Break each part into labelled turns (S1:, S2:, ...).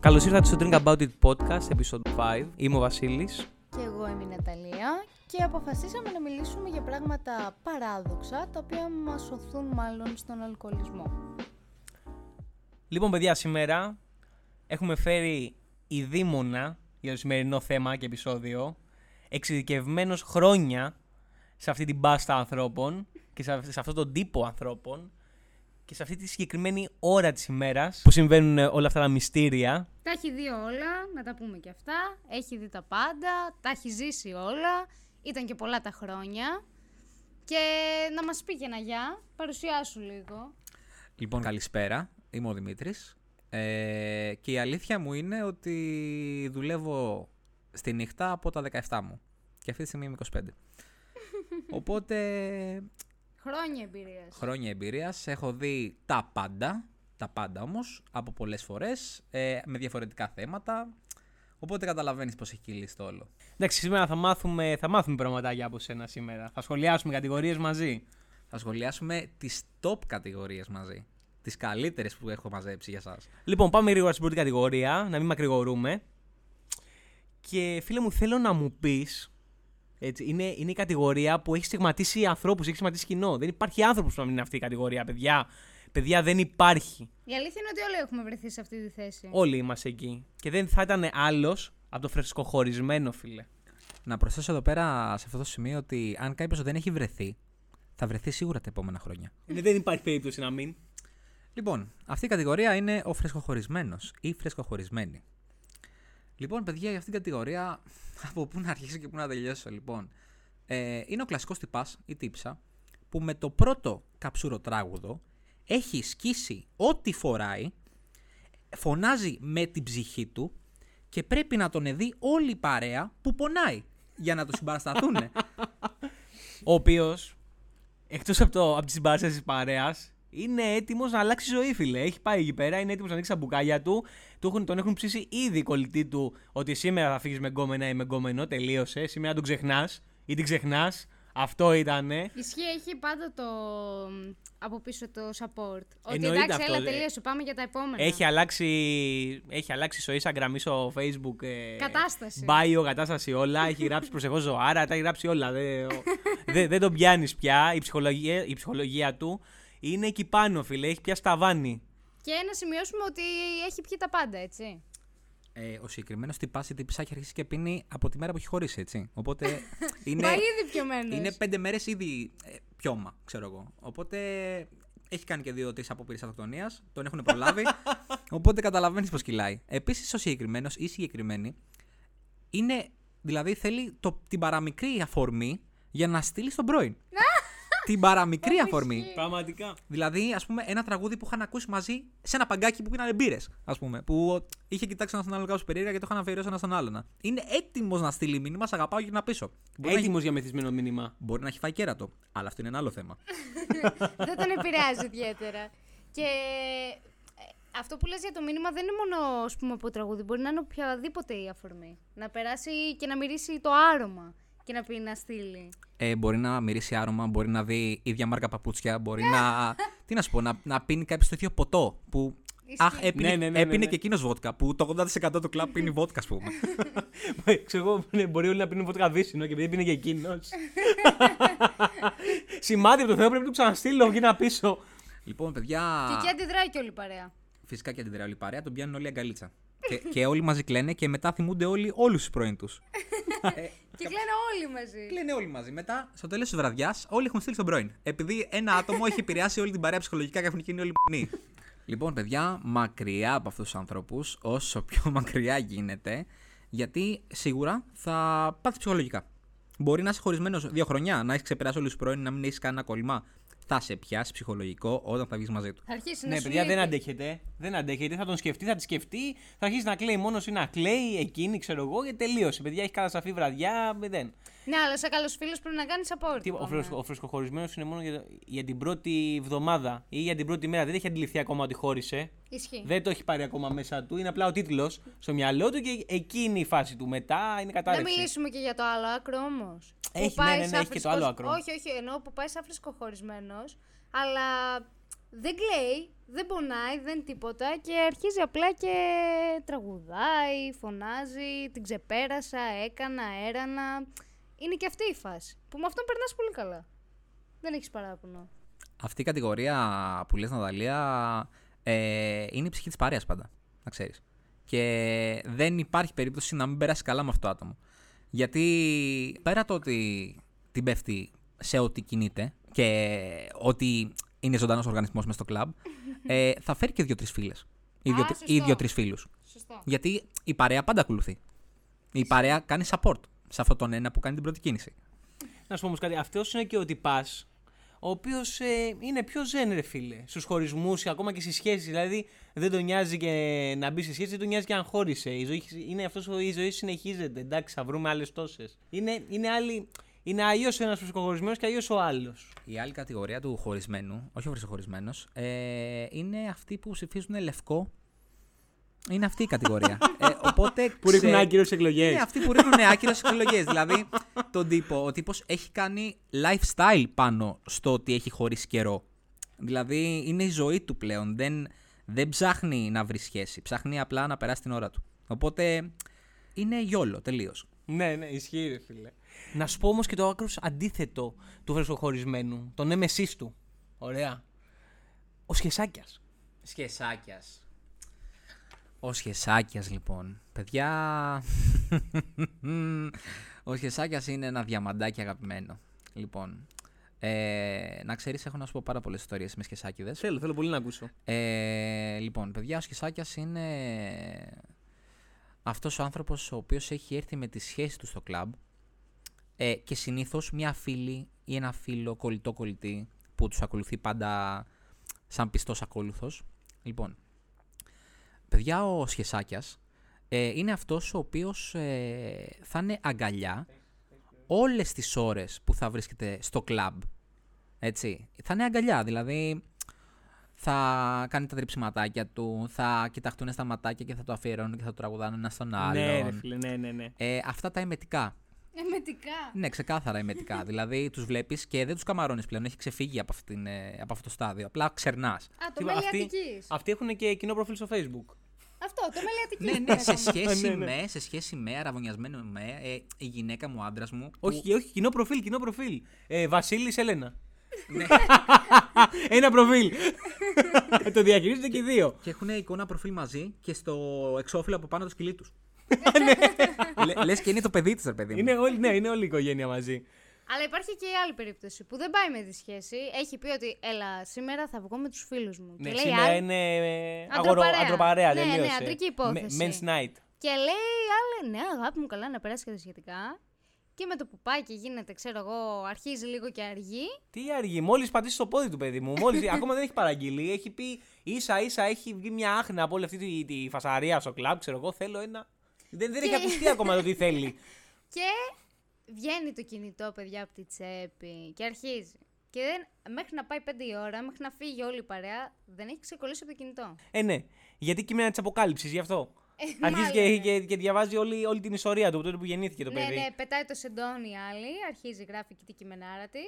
S1: Καλώς ήρθατε στο Drink About It Podcast, episode 5. Είμαι ο Βασίλης.
S2: Και εγώ είμαι η Ναταλία και αποφασίσαμε να μιλήσουμε για πράγματα παράδοξα τα οποία μας σωθούν μάλλον στον αλκοολισμό.
S1: Λοιπόν, παιδιά, σήμερα έχουμε φέρει η Δήμονα για το σημερινό θέμα και επεισόδιο. Εξειδικευμένος χρόνια σε αυτή την μπάστα ανθρώπων και σε, σε αυτόν τον τύπο ανθρώπων και σε αυτή τη συγκεκριμένη ώρα της ημέρας που συμβαίνουν όλα αυτά τα μυστήρια
S3: Τα έχει δει όλα, να τα πούμε και αυτά. Έχει δει τα πάντα, τα έχει ζήσει όλα. Ήταν και πολλά τα χρόνια. Και να μας πει και να γεια, παρουσιάσου λίγο.
S4: Λοιπόν, καλησπέρα. Είμαι ο Δημήτρης. Ε, και η αλήθεια μου είναι ότι δουλεύω στη νύχτα από τα 17 μου. Και αυτή τη στιγμή είμαι 25. Οπότε,
S3: Χρόνια εμπειρίας.
S4: χρόνια εμπειρίας. Έχω δει τα πάντα. Τα πάντα όμως, από πολλές φορές, ε, με διαφορετικά θέματα. Οπότε καταλαβαίνεις πώς έχει κυλήσει το όλο.
S1: Εντάξει, σήμερα θα μάθουμε, θα μάθουμε πραγματάκια από σένα σήμερα. Θα σχολιάσουμε κατηγορίες μαζί.
S4: Θα σχολιάσουμε τις top κατηγορίες μαζί. Τις καλύτερες που έχω μαζέψει για σας.
S1: Λοιπόν, πάμε γρήγορα στην πρώτη κατηγορία, να μην μακρηγορούμε. Και φίλε μου, θέλω να μου πεις. Έτσι, είναι, είναι η κατηγορία που έχει στιγματίσει ανθρώπους, έχει στιγματίσει κοινό. Δεν υπάρχει άνθρωπος που να μην είναι αυτή η κατηγορία, παιδιά. Παιδιά, δεν υπάρχει.
S3: Η αλήθεια είναι ότι όλοι έχουμε βρεθεί σε αυτή τη θέση.
S1: Όλοι είμαστε εκεί. Και δεν θα ήταν άλλος από το φρεσκοχωρισμένο, φίλε.
S4: Να προσθέσω εδώ πέρα σε αυτό το σημείο ότι αν κάποιος δεν έχει βρεθεί, θα βρεθεί σίγουρα τα επόμενα χρόνια.
S1: Ε, δεν υπάρχει περίπτωση να μην.
S4: Λοιπόν, αυτή η κατηγορία είναι ο φρεσκοχωρισμένος ή φρεσκοχωρισμένη. Λοιπόν, παιδιά, για αυτήν την κατηγορία, από πού να αρχίσω και πού να τελειώσω, λοιπόν. Ε, είναι ο κλασικός τυπάς ή τύψα που με το πρώτο καψούρο τράγουδο έχει σκίσει ό,τι φοράει, φωνάζει με την ψυχή του και πρέπει να τον δει όλη η παρέα που πονάει για να το συμπαρασταθούν.
S1: Ο οποίος, εκτός από, το- από τη συμπαράσταση της παρέας, είναι έτοιμος να αλλάξει ζωή, φίλε. Έχει πάει εκεί πέρα, είναι έτοιμος να ανοίξει τα μπουκάλια του. του έχουν, τον έχουν ψήσει ήδη οι κολλητοί του ότι σήμερα θα φύγεις με γκόμενα ή με γκόμενο. Τελείωσε. Σήμερα τον ξεχνάς ή την ξεχνάς. Αυτό ήτανε.
S3: Ισχύει, έχει πάντα το μ, από πίσω το support. Ότι
S1: Εννοείται
S3: εντάξει,
S1: αυτό,
S3: έλα
S1: δε.
S3: τελείωσε, πάμε για τα επόμενα.
S1: Έχει αλλάξει, έχει αλλάξει στο Instagram ή στο Facebook. ε,
S3: Κατάσταση.
S1: Bio, κατάσταση όλα. έχει γράψει προσεχώ ζωάρα, τα έχει γράψει όλα. Δεν, ο- δεν- δεν τον πιάνεις πια. Η ψυχολογία, η ψυχολογία του είναι εκεί πάνω, φίλε. Έχει πιάσει ταβάνι.
S3: Και να σημειώσουμε ότι έχει πιει τα πάντα, έτσι.
S4: Ε, ο συγκεκριμένος τυπάς ή τυπισά έχει αρχίσει και πίνει από τη μέρα που έχει χωρίσει, έτσι. Οπότε
S1: Ναι.
S4: είναι,
S3: Μα ήδη πιωμένος.
S4: είναι πέντε μέρες ήδη ε, πιώμα, ξέρω εγώ. Οπότε έχει κάνει και δύο-τρει απόπειρε αυτοκτονίας, τον έχουν προλάβει. οπότε καταλαβαίνεις πώ κυλάει. Επίσης, ο συγκεκριμένος ή συγκεκριμένη είναι, δηλαδή θέλει το, την παραμικρή αφορμή για να στείλει στον πρώην. την παραμικρή αφορμή.
S1: Πραγματικά.
S4: Δηλαδή, ας πούμε, ένα τραγούδι που είχαν ακούσει μαζί σε ένα παγκάκι που πίνανε μπύρες, ας πούμε. Που είχε κοιτάξει ένα τον άλλον κάπως περίεργα και το είχαν αφιερώσει ένα στον άλλον. Είναι έτοιμος να στείλει μήνυμα, σε αγαπάω και να πίσω. Μπορεί, να,
S1: Έτοιμος για μεθυσμένο μήνυμα.
S4: έχει- μπορεί να έχει φάει κέρατο, αλλά αυτό είναι ένα άλλο θέμα.
S3: δεν τον επηρεάζει ιδιαίτερα. Και ε, αυτό που λες για το μήνυμα δεν είναι μόνο ας πούμε, από τραγούδι, μπορεί να είναι οποιαδήποτε η αφορμή. Να περάσει και να μυρίσει το άρωμα και να πει να στείλει.
S4: ε, μπορεί να μυρίσει άρωμα, μπορεί να δει ίδια μάρκα παπούτσια, μπορεί να. τι να σου πω, να, να πίνει κάποιος το ίδιο ποτό που. Αχ, έπινε,
S1: Ναι, ναι, ναι, ναι,
S4: έπινε
S1: ναι.
S4: και εκείνος βότκα. Που το 80% του κλαμπ πίνει βότκα, ας πούμε.
S1: Ξέρω εγώ, ναι, μπορεί όλοι να πίνουν βότκα δύσινο και επειδή πίνει και εκείνος. Σημάδι από το Θεό πρέπει να του ξαναστείλω και να πίσω.
S4: λοιπόν, παιδιά.
S3: Και εκεί αντιδράει και όλη η παρέα.
S4: Φυσικά και αντιδρά όλη η παρέα, τον πιάνουν όλοι αγκαλίτσα. και, και όλοι μαζί κλαίνε και μετά θυμούνται όλοι όλους τους πρώην τους.
S3: Και κλαίνε όλοι μαζί.
S4: κλαίνε όλοι μαζί. Μετά, στο τέλος της βραδιάς, όλοι έχουν στείλει τον πρώην. Επειδή ένα άτομο έχει επηρεάσει όλη την παρέα ψυχολογικά και έχουν γίνει όλοι μνή. λοιπόν, παιδιά, μακριά από αυτούς τους ανθρώπου, όσο πιο μακριά γίνεται, γιατί σίγουρα θα πάθεις ψυχολογικά. Μπορεί να είσαι χωρισμένος δύο χρονιά, να έχεις ξεπεράσει όλους τους πρώην, να μην έχεις κανένα κολλημά. Θα σε πιάσει ψυχολογικό όταν θα βγεις μαζί του.
S3: Θα αρχίσεις να
S1: Ναι,
S3: σου
S1: παιδιά,
S3: λέει
S1: δεν
S3: και-
S1: αντέχετε. Δεν αντέχετε. Θα τον σκεφτεί, θα τη σκεφτεί. Θα αρχίσει να κλαίει μόνος ή να κλαίει εκείνη, ξέρω εγώ, και τελείωσε. Παιδιά, έχει κάνει σαφή βραδιά. ε, Δεν.
S3: Ναι, αλλά σαν καλό φίλο πρέπει να κάνεις support.
S1: Τι- Ο,
S3: ακόμα.
S1: φρεσκο, ο φρεσκοχωρισμένο είναι μόνο για, για την πρώτη εβδομάδα ή για την πρώτη μέρα. Δεν έχει αντιληφθεί ακόμα ότι χώρισε.
S3: Ισχύει.
S1: Δεν το έχει πάρει ακόμα μέσα του. Είναι απλά ο τίτλος στο μυαλό του και εκείνη η φάση του. Μετά είναι
S3: Να
S1: κατάρρευση.
S3: μιλήσουμε και για το άλλο άκρο όμως.
S1: Έχει, ναι, ναι, ναι, έχει και το άλλο άκρο.
S3: Όχι, όχι, εννοώ που πάει σαν φρεσκοχωρισμένος, αλλά δεν κλαίει, δεν πονάει, δεν τίποτα και αρχίζει απλά και τραγουδάει, φωνάζει, την ξεπέρασα, έκανα, έρανα. Είναι και αυτή η φάση που με αυτόν περνάς πολύ καλά. Δεν έχεις παράπονο.
S4: Αυτή η κατηγορία που λες Ναταλία ε, είναι η ψυχή της παρέας πάντα, να ξέρεις. Και δεν υπάρχει περίπτωση να μην περάσει καλά με αυτό το άτομο. Γιατί πέρα το ότι την πέφτει σε ό,τι κινείται και ότι είναι ζωντανός οργανισμός μέσα στο κλαμπ, ε, θα φέρει και δύο-τρεις φίλες. Ή
S3: Α,
S4: δύο-τρι- Ή
S3: σωστό.
S4: δύο-τρεις φίλους.
S3: Σωστό.
S4: Γιατί η παρέα πάντα ακολουθεί. Η παρέα κάνει support σε αυτόν τον ένα που κάνει την πρώτη κίνηση.
S1: Να σου πω όμως κάτι. Αυτός είναι και ο τυπάς, ο οποίος ε, είναι πιο ζεν, ρε φίλε. Στους χωρισμούς, ακόμα και στις σχέσεις. Δηλαδή, δεν τον νοιάζει και να μπει σε σχέση, δεν τον νοιάζει και αν χώρισε. Η ζωή, είναι αυτός, ο- η ζωή συνεχίζεται. Εντάξει, θα βρούμε άλλες τόσες. Είναι, είναι, άλλη, είναι αλλιώς ένας ψυχοχωρισμένο και αλλιώς ο άλλος.
S4: Η άλλη κατηγορία του χωρισμένου, όχι ο βρυσοχωρισμένο, ε, είναι αυτοί που ψηφίζουν λευκό. Είναι αυτή η κατηγορία. ε, οπότε.
S1: Που
S4: ξε-
S1: ρίχνουν άκυρε εκλογές.
S4: Ναι, αυτοί που ρίχνουν άκυρε εκλογές. δηλαδή, τον τύπο. Ο τύπος έχει κάνει lifestyle πάνω στο ότι έχει χωρίσει καιρό. Δηλαδή, είναι η ζωή του πλέον. Δεν, δεν ψάχνει να βρει σχέση. Ψάχνει απλά να περάσει την ώρα του. Οπότε. Είναι γιόλο τελείως.
S1: Ναι, ναι, ισχύει, ρε φίλε. Να σου πω όμως και το άκρος αντίθετο του βρεσοχωρισμένου, τον έμεσής του. Ωραία. Ο Σχεσάκιας.
S4: Σχεσάκιας. Ο Σχεσάκιας, λοιπόν. Παιδιά. Ο Σχεσάκιας είναι ένα διαμαντάκι αγαπημένο. Λοιπόν. Ε, να ξέρεις, έχω να σου πω πάρα πολλές ιστορίες με Σχεσάκιδε.
S1: Θέλω, θέλω πολύ να ακούσω.
S4: Ε, λοιπόν, παιδιά, ο Σχεσάκιας είναι αυτός ο άνθρωπος ο οποίος έχει έρθει με τη σχέση του στο κλαμπ ε, και συνήθως μια φίλη ή ένα φίλο κολλητό κολλητή που τους ακολουθεί πάντα σαν πιστός ακόλουθος. Λοιπόν, παιδιά, ο Σχεσάκιας ε, είναι αυτός ο οποίος ε, θα είναι αγκαλιά όλες τις ώρες που θα βρίσκεται στο κλαμπ. Έτσι. Θα είναι αγκαλιά, δηλαδή θα κάνει τα τριψηματάκια του, θα κοιταχτούν στα ματάκια και θα το αφιερώνουν και θα το τραγουδάνε ένα στον άλλον.
S1: Ναι, ρε φίλε, ναι, ναι, ναι.
S4: ε, αυτά τα εμετικά.
S3: Εμετικά.
S4: Ναι, ξεκάθαρα εμετικά. δηλαδή τους βλέπεις και δεν τους καμαρώνεις πλέον. Έχει ξεφύγει από, αυτήν, ε, από αυτό το στάδιο. Απλά ξερνάς.
S3: Α, το
S1: Τίποτα,
S3: μέλι
S1: αυτοί-
S3: Αττικής.
S1: Αυτοί έχουν και κοινό προφίλ στο Facebook.
S3: Αυτό, το μέλι Αττικής.
S4: ναι, ναι, σε
S1: Ναι,
S4: σχέση
S1: ναι.
S4: με, σε σχέση με, αραβωνιασμένο με, ε, η γυναίκα μου, ο άντρας μου. που-
S1: Όχι, όχι, κοινό προφίλ, κοινό προφίλ. Ε, Βασίλης Ελένα. Ναι. Ένα προφίλ. το διαχειρίζονται και οι δύο.
S4: Και έχουν εικόνα προφίλ μαζί και στο εξώφυλλο από πάνω το σκυλί τους. Λε και είναι το παιδί της, ρε παιδί μου.
S1: Ναι. είναι όλοι, ναι, είναι όλη η οικογένεια μαζί.
S3: Αλλά υπάρχει και η άλλη περίπτωση που δεν πάει με τη σχέση. Έχει πει ότι έλα, σήμερα θα βγω με τους φίλους μου.
S1: Ναι,
S3: και λέει
S1: σήμερα
S3: άλλη-
S1: είναι ε,
S3: Αντροπαρέα.
S1: αγορο- αντροπαρέα.
S3: Ναι, ναι,
S1: τελείωσε.
S3: αντρική υπόθεση.
S1: Me- Men's night.
S3: Και λέει η άλλη, ναι, αγάπη μου, καλά να περάσει και τα σχετικά. Και με το που πάει και γίνεται, ξέρω εγώ, αρχίζει λίγο και αργεί.
S1: Τι αργή, μόλις πατήσει το πόδι του παιδί μου. Μόλις, ακόμα δεν έχει παραγγείλει. Έχει πει ίσα ίσα έχει βγει μια άχνα από όλη αυτή τη, τη φασαρία στο κλαμπ. Ξέρω εγώ, θέλω ένα. Δεν, δεν έχει ακουστεί ακόμα το τι θέλει.
S3: Και βγαίνει το κινητό, παιδιά, από τη τσέπη και αρχίζει. Και δεν, μέχρι να πάει 5 η ώρα, μέχρι να φύγει όλη η παρέα, δεν έχει ξεκολλήσει από το κινητό.
S1: Ε, ναι. Γιατί κείμενα της αποκάλυψης, γι' αυτό. Αρχίζει και,
S3: Ε, μάλλον,
S1: και, και διαβάζει όλη, όλη την ιστορία του από τότε που γεννήθηκε το
S3: ναι,
S1: παιδί.
S3: ναι, πετάει το σεντόνι η άλλη, αρχίζει, γράφει και την κειμενάρα της.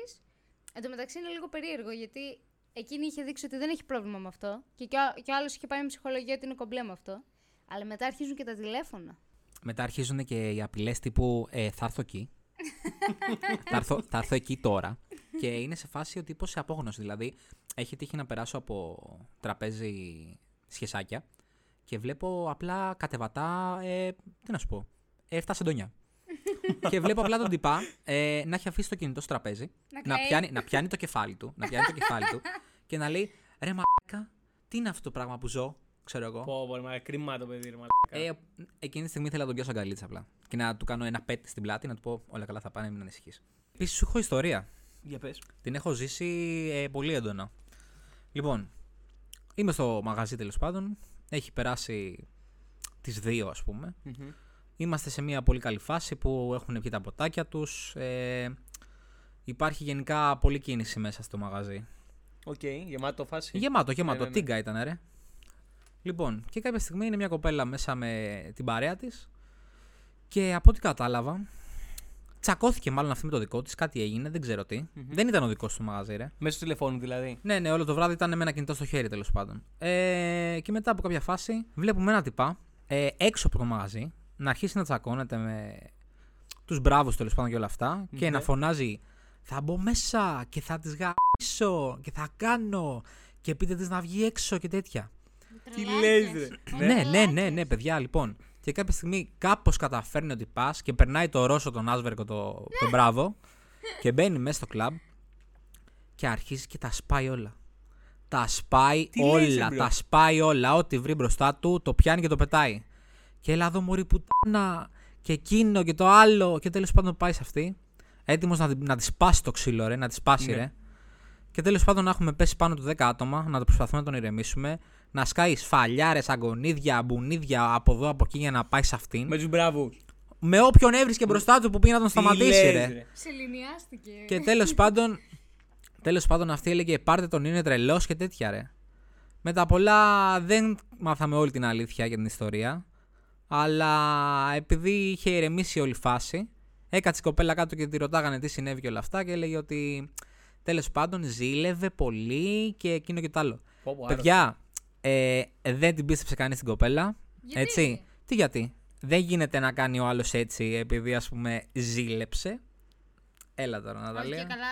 S3: Εν τω μεταξύ είναι λίγο περίεργο γιατί εκείνη είχε δείξει ότι δεν έχει πρόβλημα με αυτό και, και ο, και ο άλλος είχε πάει με ψυχολογία ότι είναι κομπλέ με αυτό. Αλλά μετά αρχίζουν και τα τηλέφωνα.
S4: Μετά αρχίζουν και οι απειλές τύπου ε, θα έρθω εκεί. θα, έρθω, θα έρθω εκεί τώρα. και είναι σε φάση ο τύπο σε απόγνωση. Δηλαδή, έχει τύχει να περάσω από τραπέζι σχεσάκια και βλέπω απλά κατεβατά. Ε, τι να σου πω. 7 σεντόνια. και βλέπω απλά τον τυπά ε, να έχει αφήσει το κινητό στο τραπέζι,
S3: Να
S4: να,
S3: κλαίει.
S4: πιάνει, να πιάνει το κεφάλι του, να πιάνει το κεφάλι του και να λέει Ρε μαλάκα, τι είναι αυτό το πράγμα που ζω, ξέρω εγώ.
S1: Πω, πω, μα, κρίμα το παιδί, ρε
S4: Ε, εκείνη τη στιγμή ήθελα να τον πιάσω αγκαλίτσα απλά. Και να του κάνω ένα πέτ στην πλάτη, να του πω όλα καλά θα πάνε, μην ανησυχείς. Επίσης, σου έχω ιστορία.
S1: Για πες.
S4: Την έχω ζήσει ε, πολύ έντονα. Λοιπόν, είμαι στο μαγαζί τέλος πάντων. Έχει περάσει τις δύο, ας πούμε. Είμαστε σε μια πολύ καλή φάση που έχουν βγει τα ποτάκια τους. Ε, υπάρχει γενικά πολλή κίνηση μέσα στο μαγαζί.
S1: Οκ, γεμάτο φάση.
S4: Γεμάτο, γεμάτο.
S1: Ναι, ναι, ναι.
S4: Τίγκα ήταν, ρε. Λοιπόν, και κάποια στιγμή είναι μια κοπέλα μέσα με την παρέα της. Και από ό,τι κατάλαβα, Τσακώθηκε μάλλον αυτή με το δικό της, κάτι έγινε, δεν ξέρω τι. Δεν ήταν ο δικός του μαγαζί, ρε.
S1: Μέσω του τηλεφώνου δηλαδή.
S4: Ναι, ναι, όλο το βράδυ ήταν με ένα κινητό στο χέρι τέλος πάντων. Ε, και μετά από κάποια φάση βλέπουμε ένα τυπά ε, έξω από το μαγαζί να αρχίσει να τσακώνεται με τους μπράβους τέλος πάντων και όλα αυτά και
S1: Ναι.
S4: να φωνάζει Θα μπω μέσα και θα τη γαμίσω και θα κάνω και πείτε της να βγει έξω και τέτοια.
S1: Τι λες, ρε.
S4: Ναι, ναι, ναι, ναι, παιδιά, λοιπόν. Και κάποια στιγμή κάπως καταφέρνει ότι πας και περνάει το Ρώσο τον Άσβερκο το, το μπράβο και μπαίνει μέσα στο κλαμπ και αρχίζει και τα σπάει όλα. Τα σπάει
S1: Τι
S4: όλα,
S1: λες, ρε, μπρο.
S4: τα σπάει όλα. Ό,τι βρει μπροστά του το πιάνει και το πετάει. Και έλα εδώ μωρή πουτάνα και εκείνο και το άλλο και τέλος πάντων πάει σε αυτή. Έτοιμος να, την- να τη σπάσει το ξύλο, ρε, να τη σπάσει,
S1: Ναι.
S4: ρε. Και τέλος πάντων να έχουμε πέσει πάνω του 10 άτομα, να το προσπαθούμε να τον ηρεμήσουμε, να σκάει σφαλιάρες, αγκονίδια, μπουνίδια από εδώ από εκεί για να πάει σε αυτήν.
S1: Με
S4: Με,
S1: τους μπράβους.
S4: όποιον έβρισκε μπροστά του που πήγε να τον σταματήσει, ρε.
S3: Σεληνιάστηκε.
S4: Και τέλος πάντων, τέλος πάντων αυτή έλεγε πάρτε τον είναι τρελός και τέτοια ρε. Με τα πολλά δεν μάθαμε όλη την αλήθεια για την ιστορία. Αλλά επειδή είχε ηρεμήσει όλη η φάση, έκατσε η κοπέλα κάτω και τη ρωτάγανε τι συνέβη και όλα αυτά και έλεγε ότι τέλος πάντων ζήλευε πολύ και εκείνο και το άλλο.
S1: Πω, πω,
S4: Παιδιά, ε, δεν την πίστεψε κανείς την κοπέλα.
S3: Γιατί?
S4: Έτσι. Τι γιατί. Δεν γίνεται να κάνει ο άλλος έτσι επειδή ας πούμε ζήλεψε. Έλα τώρα να τα
S3: Όχι,
S4: λέω.
S3: και καλά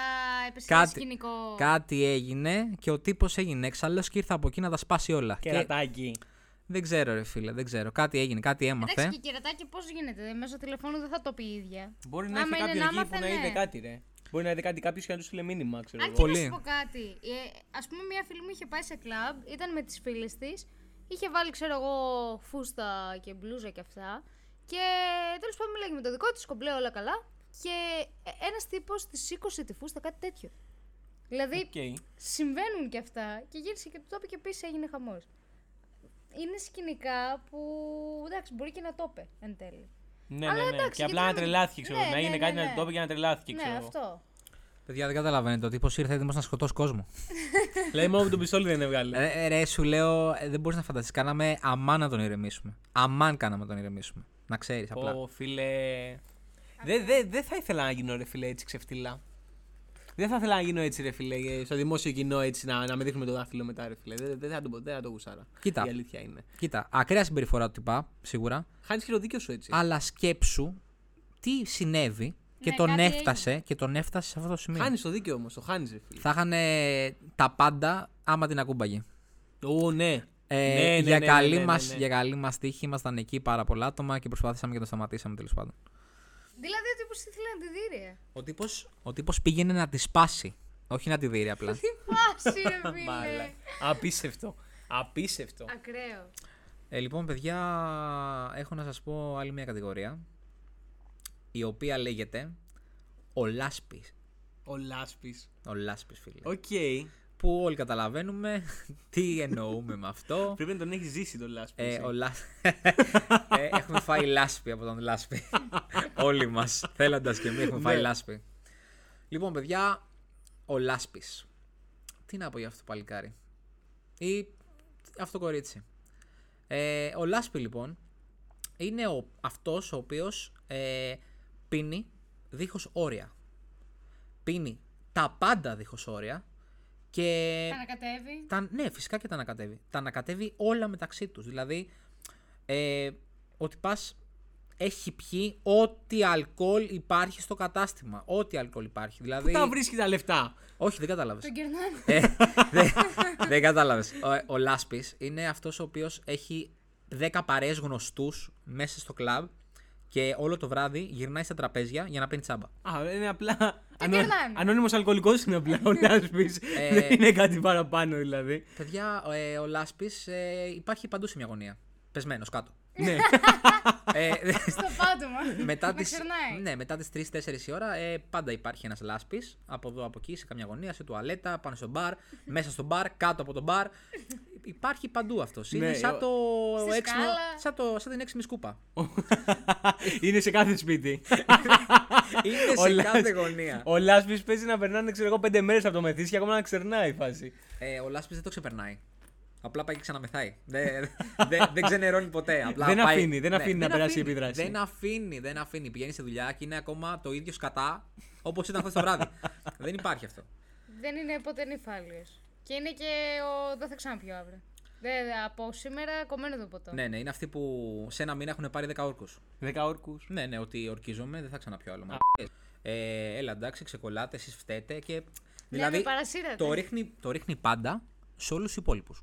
S3: έπεσε
S4: Κάτι-
S3: ένα σκηνικό.
S4: Κάτι έγινε και ο τύπος έγινε έξαλλος και ήρθε από εκεί να τα σπάσει όλα.
S1: Κερατάκι.
S4: δεν ξέρω, ρε φίλε, δεν ξέρω. Κάτι έγινε, κάτι έμαθε.
S3: Εντάξει, και κερατάκι πώς γίνεται. Μέσω τηλεφώνου δεν θα το πει η ίδια.
S1: Μπορεί να
S3: Άμα
S1: έχει
S3: είναι
S1: κάποιον
S3: να ναι.
S1: εκεί που
S3: μάθανε.
S1: να είδε κάτι, ρε. Μπορεί να είδε κάτι κάποιος και να του στείλε μήνυμα, ξέρω
S3: Αν
S1: εγώ.
S3: και να
S4: Πολύ.
S3: σου πω κάτι. Ε, Ας πούμε, μια φίλη μου είχε πάει σε κλαμπ, ήταν με τις φίλες της. Είχε βάλει, ξέρω εγώ, φούστα και μπλούζα και αυτά. Και τέλος πάντων μιλάει και με το δικό της, κομπλέ όλα καλά. Και ε, ένας τύπος της σήκωσε τη φούστα, κάτι τέτοιο. Δηλαδή,
S1: Οκ. Ναι,
S3: συμβαίνουν και αυτά. Και γύρισε και του το είπε και επίσης έγινε χαμός. Είναι σκηνικά που εντάξει, μπορεί και να το είπε εν τέλει.
S1: Ναι,
S3: Αλλά
S1: ναι, ναι.
S3: εντάξει,
S1: Και απλά να
S3: γιατί να-
S1: τρελάθηκε, ξέρω.
S3: Ναι,
S1: να
S3: ναι,
S1: είναι
S3: ναι,
S1: κάτι
S3: ναι.
S1: να το πει και να τρελάθηκε,
S3: Ναι,
S1: ξέρω. εγώ.
S3: αυτό.
S4: Παιδιά, δεν καταλαβαίνετε. Ο τύπο ήρθε έτοιμος να σκοτώσει κόσμο.
S1: Λέει μόνο με τον πιστόλι δεν έβγαλε.
S4: ρε, ρε, σου λέω, ε, δεν μπορείς να φανταστείς. Κάναμε αμάν να τον ηρεμήσουμε. Αμάν κάναμε να τον ηρεμήσουμε. Να ξέρεις απλά.
S1: Πω, φίλε. Δεν δε, δε θα ήθελα να γίνω ρε φίλε έτσι ξεφτύλα. Δεν θα ήθελα να γίνω έτσι ρε φίλε, ε, στο δημόσιο κοινό έτσι να, να με δείχνουμε το δάχτυλο μετά ρε φίλε. Δεν δεν θα το πω, δεν θα το γουσάρα.
S4: Κοίτα.
S1: Η αλήθεια είναι.
S4: Κοίτα, ακραία συμπεριφορά του τυπά, σίγουρα.
S1: Χάνεις και το δίκιο σου έτσι.
S4: Αλλά σκέψου τι συνέβη και
S3: Ναι,
S4: τον
S3: κάτι
S4: έφτασε και τον έφτασε σε αυτό το σημείο.
S1: Χάνεις το δίκιο όμως, το χάνεις ρε φίλε.
S4: Θα είχαν ε, τα πάντα άμα την ακούμπαγε.
S1: Ω, ναι.
S4: Ε,
S1: Ναι, ναι,
S4: για,
S1: ναι,
S4: καλή
S1: ναι, ναι,
S4: μας,
S1: ναι.
S4: για καλή μας τύχη ήμασταν εκεί πάρα πολλά άτομα και προσπαθήσαμε και το σταματήσαμε τέλος πάντων.
S3: Δηλαδή, ο τύπος ήθελε να τη δει, ρε.
S4: Ο τύπος, ο τύπος πήγαινε να τη σπάσει, όχι να τη δει ρε, απλά.
S3: Φάση, ρε,
S1: Μάλα.
S3: φίλε.
S1: Απίστευτο. Απίστευτο.
S3: Ακραίο.
S4: ε, λοιπόν παιδιά, έχω να σας πω άλλη μια κατηγορία, η οποία λέγεται ο Λάσπης.
S1: Ο Λάσπης.
S4: Ο Λάσπης φίλε.
S1: Οκ.
S4: Που όλοι καταλαβαίνουμε τι εννοούμε με αυτό.
S1: Πρέπει να τον έχεις ζήσει τον Λάσπη.
S4: Ε,
S1: εσύ.
S4: ο Λάσ- ε, έχουμε φάει λάσπη από τον λάσπη. Όλοι μας. Θέλοντας και εμείς έχουμε
S1: Ναι.
S4: φάει λάσπη. Λοιπόν, παιδιά, ο λάσπης. Τι να πω για αυτό το παλικάρι. Ή αυτό το κορίτσι. Ε, ο λάσπη, λοιπόν, είναι ο, αυτός ο οποίος ε, πίνει δίχως όρια. Πίνει τα πάντα δίχως όρια και
S3: Θα ανακατεύει.
S4: τα, ναι, φυσικά και τα ανακατεύει. Τα ανακατεύει όλα μεταξύ τους. Δηλαδή, ε, ότι πας έχει πιει ό,τι αλκοόλ υπάρχει στο κατάστημα. Ό,τι αλκοόλ υπάρχει.
S1: Πού
S4: Δηλαδή.
S1: τα βρίσκει τα λεφτά.
S4: Όχι, δεν κατάλαβες.
S3: Τον κερνάνε.
S4: δεν Ε, δεν κατάλαβες. Ο, ο Λάσπης είναι αυτός ο οποίος έχει 10 παρέες γνωστούς μέσα στο κλαμπ και όλο το βράδυ γυρνάει στα τραπέζια για να παίρνει τσάμπα.
S1: Α, είναι απλά. Ανώ...
S3: κερνάνε.
S1: Ανώνυμος αλκοολικός είναι απλά ο Λάσπης.
S4: Ε.
S1: Δεν είναι κάτι παραπάνω δηλαδή.
S4: Παιδιά, ε, ο Λάσπης υπάρχει παντού σε μια γωνία. Πεσμένος κάτω.
S1: ναι.
S4: ε,
S3: Στο πάτωμα.
S4: μετά
S3: Να
S4: τις,
S3: ξερνάει.
S4: ναι, μετά τις 3-4 η ώρα ε, πάντα υπάρχει ένας λάσπης από εδώ από εκεί σε καμιά γωνία, σε τουαλέτα, πάνω στο μπαρ, μέσα στο μπαρ, κάτω από το μπαρ. Υπάρχει παντού αυτός. Είναι
S1: Ναι,
S4: σαν,
S1: ο-
S4: το
S3: Στη
S4: έξιμο-
S3: σκάλα.
S4: σαν, το, σαν την έξιμη σκούπα.
S1: είναι σε κάθε σπίτι.
S4: Είναι
S1: Ο
S4: σε
S1: Λάσπης-
S4: κάθε γωνία.
S1: Ο Λάσπης παίζει να περνάνε, ξέρω εγώ, πέντε μέρες από το μεθύσι και ακόμα να ξερνάει η φάση.
S4: Ε, ο λάσπης δεν το ξεπερνάει. Απλά πάει και ξαναμεθάει. δεν, δεν, δεν ξενερώνει ποτέ. Απλά
S1: Δεν
S4: πάει-
S1: αφήνει, δεν αφήνει να
S4: δεν
S1: περάσει η
S4: αφήνει,
S1: επίδραση.
S4: Δεν αφήνει, δεν αφήνει. Πηγαίνει στη δουλειά και είναι ακόμα το ίδιο σκατά όπως ήταν χθες το βράδυ. δεν υπάρχει αυτό.
S3: Δεν είναι ποτέ νυφάλιος. Και είναι και ο. Δεν θα ξαναπιω αύριο. Δεν, από σήμερα κομμένο το ποτό.
S4: ναι, ναι, είναι αυτοί που σε ένα μήνα έχουν πάρει 10 όρκους.
S1: Δέκα όρκους.
S4: Ναι, ναι, ότι ορκίζομαι, δεν θα ξαναπιω άλλο. μαλακές. Ε, έλα εντάξει, ξεκολλάτε, εσείς φταίτε και.
S3: Ναι,
S4: δηλαδή
S3: με παρασύρατε.
S4: το ρίχνει, το ρίχνει πάντα σε όλους τους υπόλοιπους.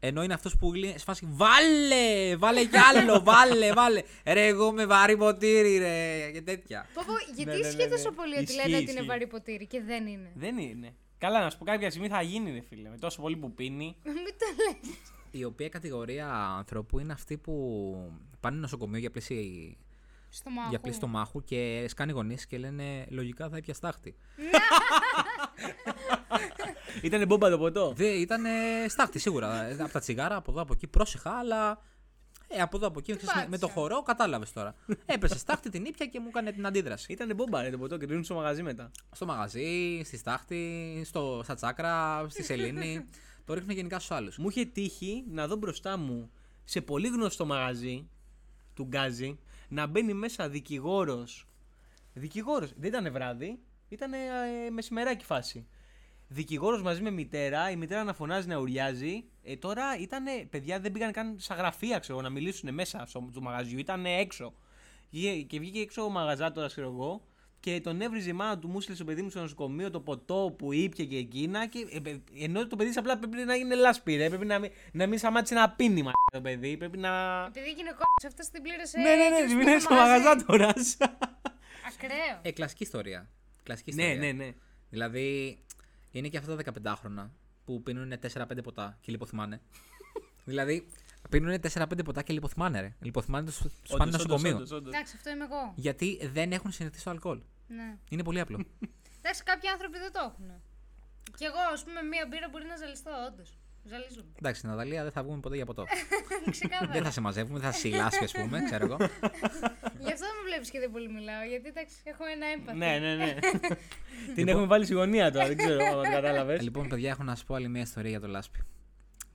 S4: Ενώ είναι αυτός που λέει σε φάση Βάλε! Βάλε κι άλλο! βάλε! Βάλε! Ρε, εγώ με βαρύ ποτήρι, ρε! Και τέτοια.
S3: Πω, πω, γιατί
S1: Ναι, ναι,
S3: ισχύει
S1: ναι, ναι.
S3: τόσο πολύ ότι
S1: Ισχύει,
S3: λένε ότι είναι
S1: ισχύει.
S3: βαρύ ποτήρι και δεν είναι.
S1: Δεν είναι. Καλά, να σου πω κάποια στιγμή θα γίνει, ρε φίλε. Με τόσο πολύ που πίνει.
S3: Μην το λες.
S4: Η οποία κατηγορία ανθρώπου είναι αυτή που πάνε νοσοκομείο για πλήση,
S3: Στο μάχο.
S4: για πλήση μάχου και σκάνε γονείς και λένε Λογικά θα έπιασε τάχτη.
S1: Ήταν μπόμπα το ποτό.
S4: Δε, ήταν στάχτη σίγουρα. Ε, από τα τσιγάρα, από εδώ από εκεί, πρόσεχα, αλλά. Ε, από εδώ από εκεί, ξέρεις, με, με το
S3: πάτησα.
S4: χορό, κατάλαβες τώρα. Έπεσε στάχτη, την ήπια και μου έκανε την αντίδραση.
S1: Ήταν μπόμπα ρε, το ποτό και το δίνουν στο μαγαζί μετά.
S4: Στο μαγαζί, στη στάχτη, στο, στα τσάκρα, στη σελήνη. το ρίχνουν γενικά στους άλλους.
S1: Μου είχε τύχει να δω μπροστά μου σε πολύ γνωστό μαγαζί του Γκάζι να μπαίνει μέσα δικηγόρος. Δικηγόρος. Δεν ήταν βράδυ, ήταν μεσημεράκι φάση. Δικηγόρος μαζί με μητέρα, η μητέρα να φωνάζει, να ουρλιάζει. Ε, τώρα ήταν παιδιά, δεν πήγαν καν στα γραφεία, ξέρω να μιλήσουν μέσα στο, του μαγαζιού, ήταν έξω. Βγήκε- Και βγήκε έξω ο μαγαζάτορας, ξέρω εγώ, και τον έβριζε η μάνα του μου στείλε στο παιδί μου στο νοσοκομείο το ποτό που ήπια και εκείνα. Και, ε, παι- ενώ το παιδί της απλά πρέπει να γίνει λάσπη, ρε. Πρέπει να μην, να μην σταμάτησε να πίνει μα, το παιδί. Πρέπει να.
S3: Επειδή γυναικό αυτό την πλήρωσε.
S1: ναι, ναι, ναι,
S3: εκείνος
S1: τη
S3: που
S1: μείνει
S3: στο
S1: στο
S3: μαγαζί.
S1: μαγαζάτορας.
S3: Ακραίο.
S4: Ε, κλασική ιστορία. Κλασική
S1: ναι,
S4: ιστορία.
S1: ναι, ναι.
S4: Δηλαδή, είναι και αυτά τα 15χρονα που πίνουν 4-5 ποτά και λιποθυμάνε. δηλαδή, πίνουν 4-5 ποτά και λιποθυμάνε, ρε. Λιποθυμάνε του πάνε νοσοκομείο.
S3: Εντάξει, αυτό είμαι εγώ.
S4: Γιατί δεν έχουν συνηθίσει το αλκοόλ.
S3: Ναι.
S4: Είναι πολύ απλό.
S3: Εντάξει, κάποιοι άνθρωποι δεν το έχουν. Κι εγώ, ας πούμε, μία μπύρα μπορεί να ζαλιστώ, όντως. Ζαλίζομαι.
S4: Εντάξει, στην Αταλία δεν θα βγούμε ποτέ για ποτό. δεν
S3: Ξεκάθαρα.
S4: θα σε μαζεύουμε, δεν θα σιλάσει, ας πούμε, ξέρω εγώ.
S3: Γι' αυτό με βλέπεις και δεν πολύ μιλάω, γιατί εντάξει, έχω ένα έμπαθο.
S1: Ναι, ναι, ναι. Την έχουμε βάλει στη γωνία τώρα, δεν ξέρω αν κατάλαβες.
S4: λοιπόν, παιδιά, έχω να σα πω άλλη μια ιστορία για το λάσπη.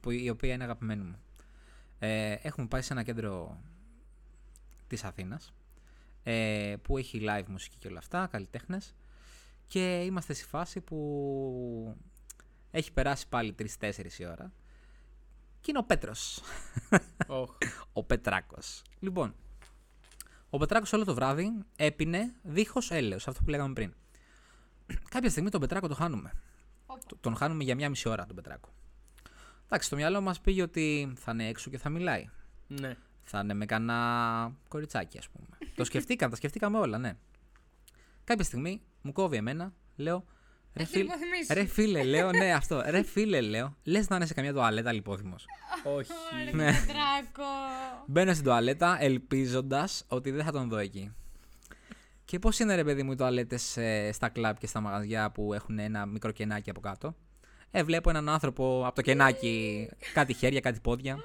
S4: Που, η οποία είναι αγαπημένη μου. Ε, έχουμε πάει σε ένα κέντρο της Αθήνας. Ε, που έχει live μουσική και όλα αυτά, καλλιτέχνες. Και είμαστε στη φάση που έχει περάσει πάλι 3-4 η ώρα. Και είναι ο Πέτρος.
S1: Οχ.
S4: Ο Πετράκος. Λοιπόν, ο Πετράκος όλο το βράδυ έπινε δίχως έλεος, αυτό που λέγαμε πριν. Κάποια στιγμή τον Πετράκο το χάνουμε. Το- Τον χάνουμε για μία μισή ώρα τον Πετράκο. Εντάξει, στο μυαλό μας πήγε ότι θα είναι έξω και θα μιλάει.
S1: Ναι.
S4: Θα είναι με κανένα κοριτσάκι, ας πούμε. το σκεφτήκαμε, τα σκεφτήκαμε όλα, ναι. Κάποια στιγμή μου κόβει εμένα, λέω. Ρε,
S3: Έχει
S4: φίλε-
S3: λιποθυμήσει.
S4: ρε φίλε, λέω, ναι, αυτό. Ρε φίλε, λέω, λες να είναι σε καμιά τουαλέτα λιπόθυμος.
S1: Όχι.
S4: ναι.
S3: Δράκο.
S4: Μπαίνω στην τουαλέτα ελπίζοντας ότι δεν θα τον δω εκεί. Και πώς είναι ρε παιδί μου οι τουαλέτες στα κλαμπ και στα μαγαζιά που έχουν ένα μικρό κενάκι από κάτω. Ε, βλέπω έναν άνθρωπο από το κενάκι, κάτι χέρια, κάτι πόδια.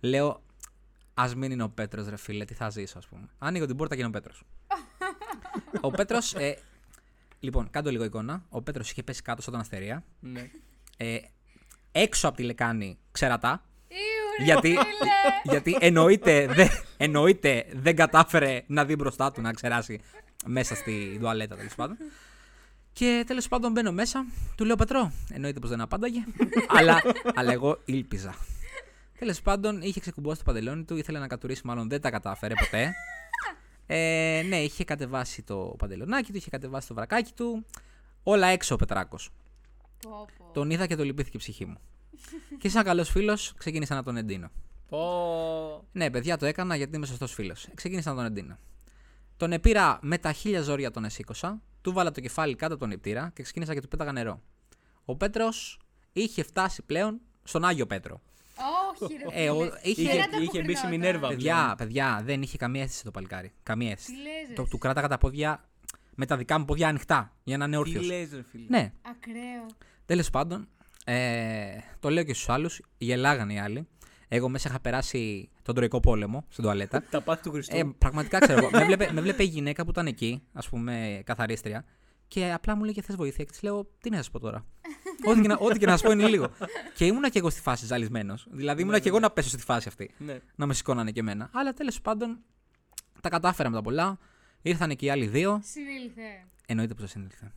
S4: Λέω, ας μην είναι ο Πέτρος, ρε φίλε, τι θα ζήσω, ας πούμε. Ανοίγω την πόρτα και είναι ο Πέτρος. ο Πέτρος. Ε, λοιπόν, κάτω λίγο εικόνα. Ο Πέτρος είχε πέσει κάτω στον αστερία.
S1: Ναι.
S4: Ε, έξω από τη λεκάνη, ξερατά.
S3: Ιουρ.
S4: Γιατί, γιατί εννοείται, δεν, εννοείται δεν κατάφερε να δει μπροστά του να ξεράσει μέσα στη τουαλέτα τέλος πάντων. Και τέλος πάντων μπαίνω μέσα, του λέω Πετρό. Εννοείται πως δεν απάνταγε, αλλά, αλλά εγώ ήλπιζα. Τέλος πάντων είχε ξεκουμπώσει το παντελόνι του, ήθελε να κατουρίσει, μάλλον δεν τα κατάφερε ποτέ. Ε, ναι, είχε κατεβάσει το παντελονάκι του, είχε κατεβάσει το βρακάκι του. Όλα έξω ο Πετράκος.
S3: Πω, πω.
S4: Τον είδα και το λυπήθηκε η ψυχή μου. και σαν καλός φίλος, ξεκίνησα να τον εντείνω.
S1: Πω.
S4: Ναι, παιδιά, το έκανα γιατί είμαι σωστός φίλος. Ξεκίνησα να τον εντείνω. Τον επήρα με τα χίλια ζόρια τον εσήκωσα, του βάλα το κεφάλι κάτω από τον νηπτήρα και ξεκίνησα και του πέταγα νερό. Ο Πέτρος είχε φτάσει πλέον στον Άγιο Πέτρο.
S3: Όχι, ρε.
S4: Ε, ο-
S3: φίλε.
S4: είχε-
S3: Χαίρετε που
S1: είχε μπει στη
S3: χρινόταν.
S1: Μινέρβα.
S4: Παιδιά, παιδιά, δεν είχε καμία αίσθηση το παλικάρι. Καμία
S3: Τι
S4: αίσθηση.
S3: λες,
S4: Το,
S3: ρε.
S4: του κράταγα τα πόδια με τα δικά μου πόδια ανοιχτά για να είναι
S1: Τι
S4: όρθιος.
S1: λες, ρε φίλε.
S4: Ναι,
S3: Ακραίο.
S4: Τέλος πάντων, ε, το λέω και στους άλλους, γελάγανε οι άλλοι. Εγώ μέσα είχα περάσει τον Τροϊκό Πόλεμο στην τουαλέτα.
S1: Τα πάθη του
S4: ε,
S1: Χριστού.
S4: πραγματικά ξέρω εγώ. με, βλέπε, με βλέπε η γυναίκα που ήταν εκεί, ας πούμε, καθαρίστρια, και απλά μου λέει και θες βοήθεια. Και της λέω, τι να σας πω τώρα. ό,τι, και να, ό,τι και να σα πω είναι λίγο. και ήμουνα και εγώ στη φάση ζαλισμένος. Δηλαδή ήμουνα και εγώ να πέσω στη φάση αυτή.
S1: Ναι.
S4: Να με σηκώνανε και εμένα. Αλλά τέλος πάντων τα κατάφερα με τα πολλά. Ήρθαν και οι άλλοι δύο.
S3: Συνήλθε.
S4: Εννοείται πως συνήλθε.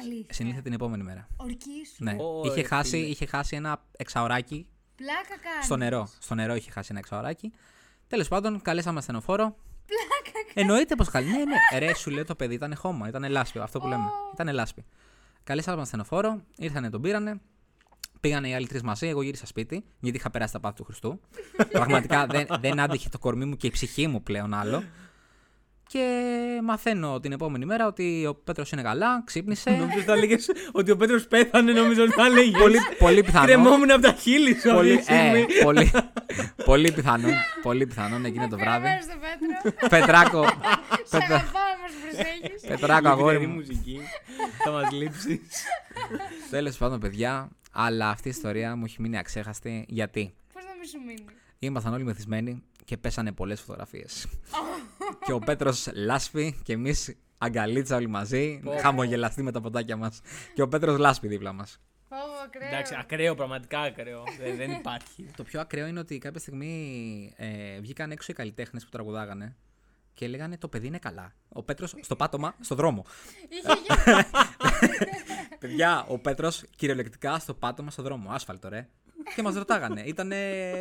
S3: Αλήθεια.
S4: Συνήλθε την επόμενη μέρα.
S3: Ορκή σου.
S4: Ναι.
S1: Ω,
S4: είχε,
S1: ρε
S4: χάσει,
S1: φίλε.
S4: είχε χάσει ένα εξαωράκι
S3: Πλάκα κάνεις.
S4: στο νερό. Στο νερό είχε χάσει ένα εξαωράκι. Τέλος πάντων, καλέσαμε ασθενοφόρο. Εννοείται πως καλή. Ναι, ναι. Ρε, σου λέει το παιδί ήταν χώμα, ήταν λάσπη. Αυτό που λέμε. Ήταν λάσπη. Καλέσαμε ασθενοφόρο, ήρθανε, τον πήρανε. Πήγανε οι άλλοι τρεις μαζί, εγώ γύρισα σπίτι, γιατί είχα περάσει τα πάθη του Χριστού. Πραγματικά δεν, δεν άντυχε το κορμί μου και η ψυχή μου πλέον άλλο. Και μαθαίνω την επόμενη μέρα ότι ο Πέτρος είναι καλά, ξύπνησε.
S1: Νομίζω θα έλεγε ότι ο Πέτρος πέθανε, νομίζω θα έλεγε.
S4: πολύ, πολύ πιθανό.
S1: Κρεμόμουν από τα χείλη σου. αυτή
S4: πολύ,
S1: τη στιγμή.
S4: ε, πολύ, πολύ πιθανόν. πολύ πιθανόν εκείνο το βράδυ.
S3: Καλημέρα στον Πέτρο.
S4: Πετράκο,
S3: Σ' αγαπάω, μας προσέχεις.
S4: Πετράκο αγόρι
S1: Λυπηρή
S4: μου.
S1: μουσική. Θα μας λείψεις.
S4: Τέλος πάντων, παιδιά, αλλά αυτή η ιστορία μου έχει μείνει αξέχαστη γιατί
S3: Πώς να μην σου μείνει.
S4: ήμασταν όλοι μεθυσμένοι και πέσανε πολλές φωτογραφίες. και ο Πέτρος λάσπη και εμείς αγκαλίτσα όλοι μαζί,
S1: Πω, πω.
S4: χαμογελαστή με τα ποτάκια μας. Και ο Πέτρος λάσπη δίπλα μας.
S3: Φόβο, ακραίο.
S1: Εντάξει, ακραίο, πραγματικά ακραίο. Ε, Δεν δεν υπάρχει.
S4: Το πιο ακραίο είναι ότι κάποια στιγμή ε, βγήκαν έξω οι καλλιτέχνες που τραγουδάγανε και λέγανε το παιδί είναι καλά. Ο Πέτρος στο πάτωμα, στο δρόμο.
S3: Είχε γίνει.
S4: Παιδιά, ο Πέτρος κυριολεκτικά στο πάτωμα στο δρόμο. Άσφαλτο, ρε. Και μας ρωτάγανε. Ήταν.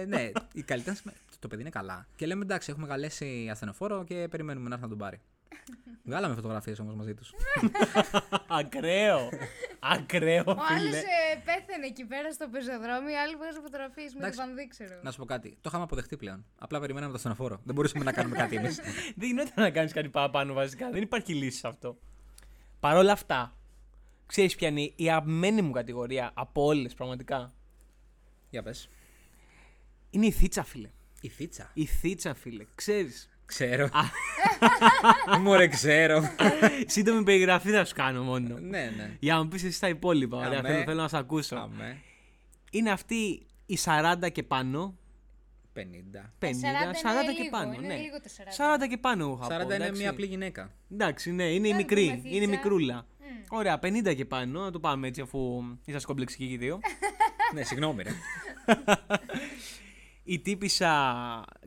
S4: Ναι, οι καλλιτέχνε. Το παιδί είναι καλά. Και λέμε εντάξει, έχουμε καλέσει ασθενοφόρο και περιμένουμε να έρθει να τον πάρει. Βγάλαμε φωτογραφίες όμως μαζί τους.
S1: Ακραίο. Ακραίο,
S3: Ο άλλος
S1: φίλε.
S3: πέθανε εκεί πέρα στο πεζοδρόμιο, άλλοι βγάζουν φωτογραφίες με τον
S4: Εντάξει.
S3: πανδίξερο.
S4: να σου πω κάτι. Το είχαμε αποδεχτεί πλέον. Απλά περιμέναμε το ασθενοφόρο. Δεν μπορούσαμε να κάνουμε κάτι εμείς.
S1: Δεν γινόταν να κάνεις κάτι παραπάνω βασικά. Δεν υπάρχει λύση σε αυτό. Παρ' όλα αυτά, ξέρεις ποια είναι η αγαπημένη μου κατηγορία από όλες πραγματικά.
S4: Για πες.
S1: Είναι η θίτσα, φίλε.
S4: Η θίτσα.
S1: Η θίτσα, φίλε. Ξέρεις.
S4: Ξέρω. Μωρέ, ξέρω.
S1: Σύντομη περιγραφή θα σου κάνω μόνο.
S4: Ναι, ναι.
S1: Για να μου πεις εσύ τα υπόλοιπα. Ωραία,
S4: Αμέ.
S1: θέλω, θέλω να σε ακούσω.
S4: Πάμε.
S1: Είναι αυτή η 40 και πάνω.
S4: 50.
S1: 50, 40,
S3: 40 είναι
S1: και
S3: λίγο,
S1: πάνω.
S3: είναι
S1: ναι.
S3: λίγο το 40.
S1: 40 και πάνω έχω
S4: 40
S1: από,
S4: είναι
S1: εντάξει.
S4: μια απλή γυναίκα.
S1: Εντάξει, ναι, είναι η
S3: Να
S1: μικρή.
S3: δούμε,
S1: Είναι η
S3: θίτσα.
S1: μικρούλα. Ωραία, 50 και πάνω, να το πάμε έτσι αφού είσαστε κομπλεξικοί και οι δύο.
S4: ναι, συγγνώμη, ρε.
S1: η τύπησα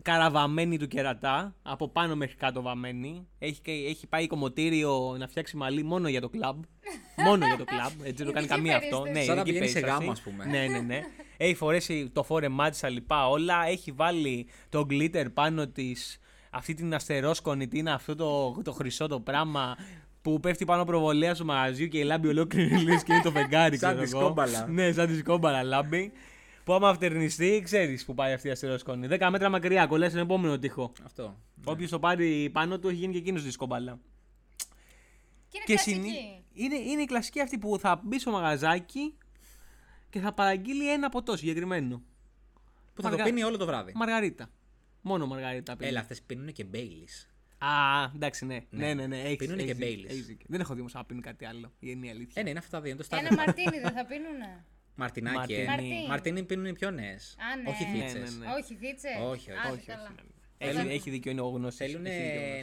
S1: καραβαμένη του κερατά, από πάνω μέχρι κάτω βαμμένη. Έχει, και- έχει πάει κομμωτήριο να φτιάξει μαλλί μόνο για το κλαμπ. μόνο για το κλαμπ. Έτσι δεν το κάνει
S3: Ειδική
S1: καμία αυτό.
S3: περίσταση.
S1: Ναι,
S4: Σαν να
S1: ειδική
S4: πηγαίνει σε
S1: περίσταση.
S4: γάμο, ας πούμε.
S1: Ναι, ναι, ναι. έχει φορέσει το φόρεμά τη, τα λοιπά όλα. Έχει βάλει το glitter πάνω της. Αυτή την αστερόσκονη, τι είναι αυτό το, το χρυσό το πράγμα που πέφτει πάνω προβολέας του μαγαζιού και η λάμπη ολόκληρη λύση και είναι το φεγγάρι.
S4: Σαν
S1: ξέρω
S4: της
S1: εγώ.
S4: σκόμπαλα.
S1: Ναι, σαν της σκόμπαλα λάμπη. Που άμα αυτερνιστεί, ξέρεις που πάει αυτή η αστερόσκονη. 10 μέτρα μακριά, κολλάει στον επόμενο τοίχο.
S4: Αυτό.
S1: Όποιο Ναι. το πάρει πάνω του έχει γίνει και εκείνος τη σκόμπαλα.
S3: Και είναι
S1: Και
S3: κλασική.
S1: συνή- είναι, είναι η κλασική αυτή που θα μπει στο μαγαζάκι και θα παραγγείλει ένα ποτό συγκεκριμένο.
S4: Που θα το
S1: Μαργα-
S4: πίνει όλο το βράδυ.
S1: Μαργαρίτα. Μόνο μαργαρίτα πίνει.
S4: Έλα, αυτές πίνουν και Μπέιλις.
S1: Α, εντάξει, ναι. Ναι, ναι, ναι. έχεις-
S4: Πίνουνε και
S1: έχεις δίκιο,
S4: Baileys.
S1: έχεις δίκιο. Δεν έχω δει όμως να πίνει κάτι άλλο. Είναι η αλήθεια.
S4: Ε, ναι, είναι αυτά τα δύο. Είναι το
S3: Ένα
S4: στάδιο.
S3: μαρτίνι δεν θα πίνουνε.
S4: Μαρτινάκι, ε.
S1: Μαρτίνι.
S4: Μαρτίνι. Μαρτίνι πίνουν οι πιο νέες.
S3: Α, ναι.
S4: Όχι
S3: Ναι,
S4: θίτσες.
S1: ναι, ναι.
S3: Όχι, δίτσε.
S4: Όχι, όχι,
S3: Άντε,
S1: όχι,
S3: καλά.
S1: όχι. ναι, ναι. Έχει, έχει δίκιο, είναι ο γνωστή.
S4: Θέλουν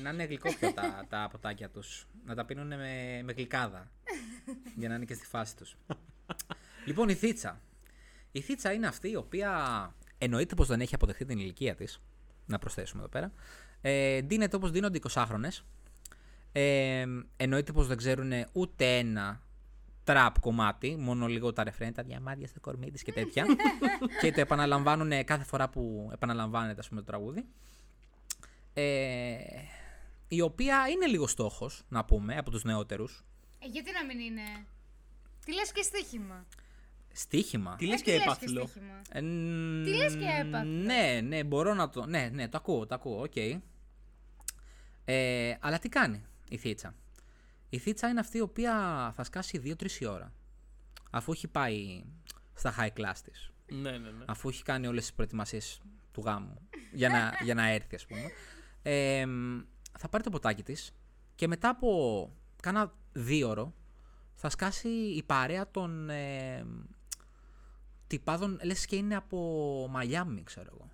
S4: να είναι γλυκόπια τα, τα ποτάκια τους. Να τα πίνουν με, με γλυκάδα. για να είναι και στη φάση τους. λοιπόν, η θίτσα. Η θίτσα είναι αυτή η οποία εννοείται πως δεν έχει αποδεχτεί την ηλικία της. Να προσθέσουμε εδώ πέρα. Ε, ντύνεται όπως ντύνονται οι 20χρονε. Ε, εννοείται πως δεν ξέρουν ούτε ένα τραπ κομμάτι, μόνο λίγο τα ρεφρέν, τα διαμάντια στα κορμί της και τέτοια. και το επαναλαμβάνουν κάθε φορά που επαναλαμβάνεται ας πούμε, το τραγούδι. Ε, η οποία είναι λίγο στόχος, να πούμε, από τους νεότερους.
S3: Ε, Γιατί να μην είναι. Τι λες και στοίχημα.
S4: Στοίχημα.
S1: Τι
S3: Ε,
S1: λε
S3: τι
S1: και έπαθλο.
S3: στοίχημα.
S4: Ε,
S3: Τι λες και έπαθλο.
S4: Ναι, ναι, μπορώ να το. Ναι, ναι, το ακούω, το ακούω, οκ. Ε, αλλά τι κάνει η Θίτσα. Η Θίτσα είναι αυτή η οποία θα σκάσει 2-3 η ώρα. Αφού έχει πάει στα high class της.
S1: Ναι, ναι, ναι.
S4: αφού έχει κάνει όλες τις προετοιμασίες του γάμου για να, για να έρθει ας πούμε, ε, μ, θα πάρει το ποτάκι της και μετά από κάνα δύο ώρο θα σκάσει η παρέα των ε, μ, τυπάδων, λες και είναι από Μαϊάμι ξέρω εγώ.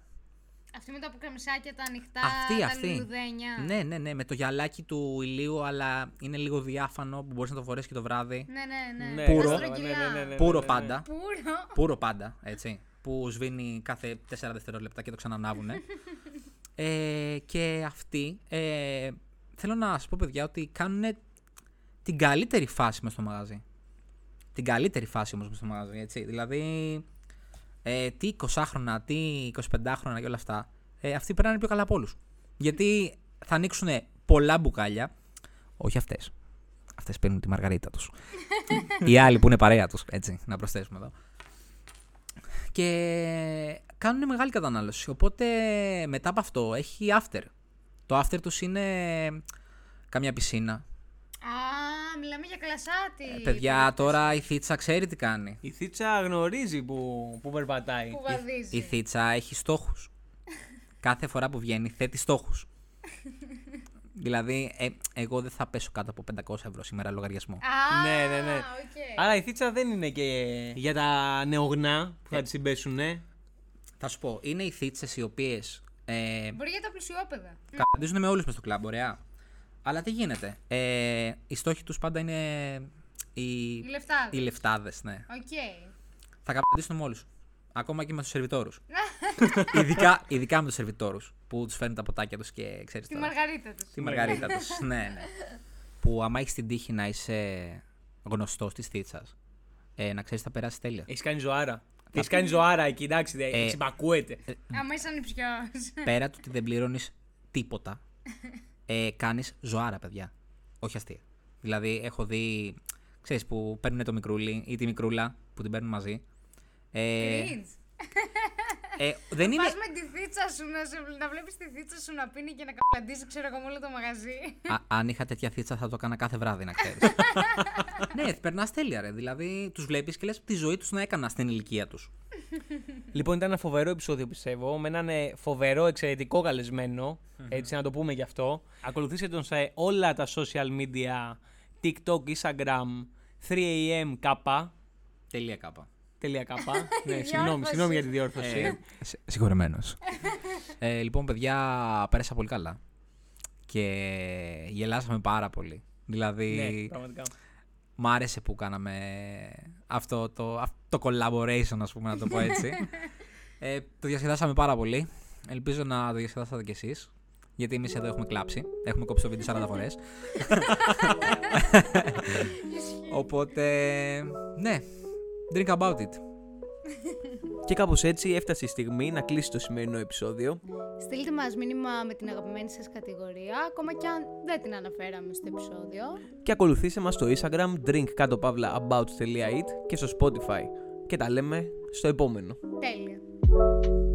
S3: Αυτή με τα πουκαμισάκια, τα ανοιχτά,
S4: Αυτή,
S3: τα
S4: αυτή.
S3: λουλουδένια.
S4: Ναι, ναι, ναι, με το γυαλάκι του ηλίου, αλλά είναι λίγο διάφανο που μπορείς να το φορέσεις και το βράδυ.
S3: ναι, ναι. ναι.
S1: Ναι,
S4: Πούρο.
S3: Τα
S1: κατάλαβα, ναι,
S3: στρογγυλά.
S1: ναι, ναι, ναι, ναι,
S4: Πούρο
S1: ναι.
S4: πάντα.
S3: Πούρο.
S4: Πούρο πάντα, έτσι. Που σβήνει κάθε 4 δευτερόλεπτα και το ξανανάβουν. ε, και αυτοί. Ε, θέλω να σα πω, παιδιά, ότι κάνουν την καλύτερη φάση μέσα στο μαγαζί. Την καλύτερη φάση όμως μέσα στο μαγαζί, έτσι. Δηλαδή, ε, τι 20χρονα, τι 25χρονα και όλα αυτά. Ε, αυτοί περνάνε πιο καλά από όλους. Γιατί θα ανοίξουν πολλά μπουκάλια. Όχι αυτές. Αυτές παίρνουν τη μαργαρίτα τους. Οι άλλοι που είναι παρέα τους, έτσι, να προσθέσουμε εδώ και κάνουν μεγάλη κατανάλωση. Οπότε μετά από αυτό έχει after. Το after τους είναι καμιά πισίνα.
S3: Α, μιλάμε για κλασάτη.
S4: Ε, Παιδιά, τώρα η Θήτσα ξέρει τι κάνει.
S1: Η Θήτσα γνωρίζει που, που περπατάει.
S3: Που
S4: Η
S3: βαδίζει.
S4: Θήτσα έχει στόχους. Κάθε φορά που βγαίνει θέτει στόχους. δηλαδή, ε, εγώ δεν θα πέσω κάτω από 500 ευρώ σήμερα λογαριασμό.
S3: Α,
S1: Ναι, ναι, ναι.
S3: οκ.
S1: Άρα η Θήτσα δεν είναι και για τα νεογνά που
S4: Ε.
S1: θα τη συμπέσουν, ναι.
S4: θα σου πω, είναι οι Θήτσες οι οποίες ε,
S3: Μπορεί για τα πλουσιόπεδα.
S4: Καταντίζουν με όλους προ το κλαμπ, ωραία. Αλλά τι γίνεται. Ε, οι στόχοι τους πάντα είναι οι,
S3: Οι λεφτάδες.
S4: οι λεφτάδες, ναι.
S3: Οκ.
S4: Θα καπαντήσουν με όλους. Ακόμα και με τους σερβιτόρους. ειδικά, ειδικά με τους σερβιτόρους που τους φέρνουν τα ποτάκια τους και ξέρεις.
S3: Τη μαργαρίτα τους.
S4: Τη μαργαρίτα τους. ναι, ναι. Που άμα έχεις την τύχη να είσαι γνωστός της θίτσα, ε, να ξέρεις θα περάσεις τέλεια.
S1: Έχεις κάνει ζωάρα. Έχεις κάνει ζωάρα εκεί, εντάξει, δεν
S4: Ε.
S1: εξυπακούεται.
S3: Άμα είσαι ανιψιός.
S4: Πέρα του ότι δεν πληρώνεις τίποτα, ε, κάνεις ζωάρα, παιδιά. Όχι αστεία. Δηλαδή, έχω δει, ξέρεις που παίρνουν το μικρούλι ή τη μικρούλα που την παίρνουν μαζί. Ε, ε, δεν είναι.
S3: Πα με τη θίτσα σου να, σε, να βλέπεις τη θίτσα σου να πίνει και να καπλαντίζει, ξέρω εγώ, με όλο το μαγαζί.
S4: Α, αν είχα τέτοια θίτσα, θα το έκανα κάθε βράδυ, να ξέρεις. ναι, περνάς τέλεια, ρε. Δηλαδή, τους βλέπεις και λες τη ζωή τους να έκανα στην ηλικία τους.
S1: Λοιπόν, ήταν ένα φοβερό επεισόδιο, πιστεύω. Με έναν ε, φοβερό, εξαιρετικό καλεσμένο, Έτσι, να το πούμε γι' αυτό. Ακολουθήστε τον σε όλα τα social media, TikTok, Instagram, 3am κάπα.
S4: Τελεία κάπα.
S1: Τελεία κάπα. ναι, συγγνώμη, συγγνώμη για τη διόρθωση.
S4: Συγχωρεμένος. ε, λοιπόν, παιδιά, πέρασα πολύ καλά. Και γελάσαμε πάρα πολύ. Δηλαδή,
S1: ναι, πραγματικά.
S4: μ' άρεσε που κάναμε αυτό το, αυτό το collaboration, ας πούμε, να το πω έτσι. ε, το διασκεδάσαμε πάρα πολύ. Ελπίζω να το διασκεδάσατε κι εσείς. Γιατί εμείς εδώ έχουμε κλάψει. Έχουμε κόψει το βίντεο 40 φορές. Οπότε, ναι. Drink about it.
S1: Και κάπως έτσι έφτασε η στιγμή να κλείσει το σημερινό επεισόδιο.
S3: Στείλτε μας μήνυμα με την αγαπημένη σας κατηγορία, ακόμα κι αν δεν την αναφέραμε στο επεισόδιο.
S1: Και ακολουθήστε μας στο Instagram drinkcatopavlaabout.it και στο Spotify. Και τα λέμε στο επόμενο.
S3: Τέλεια.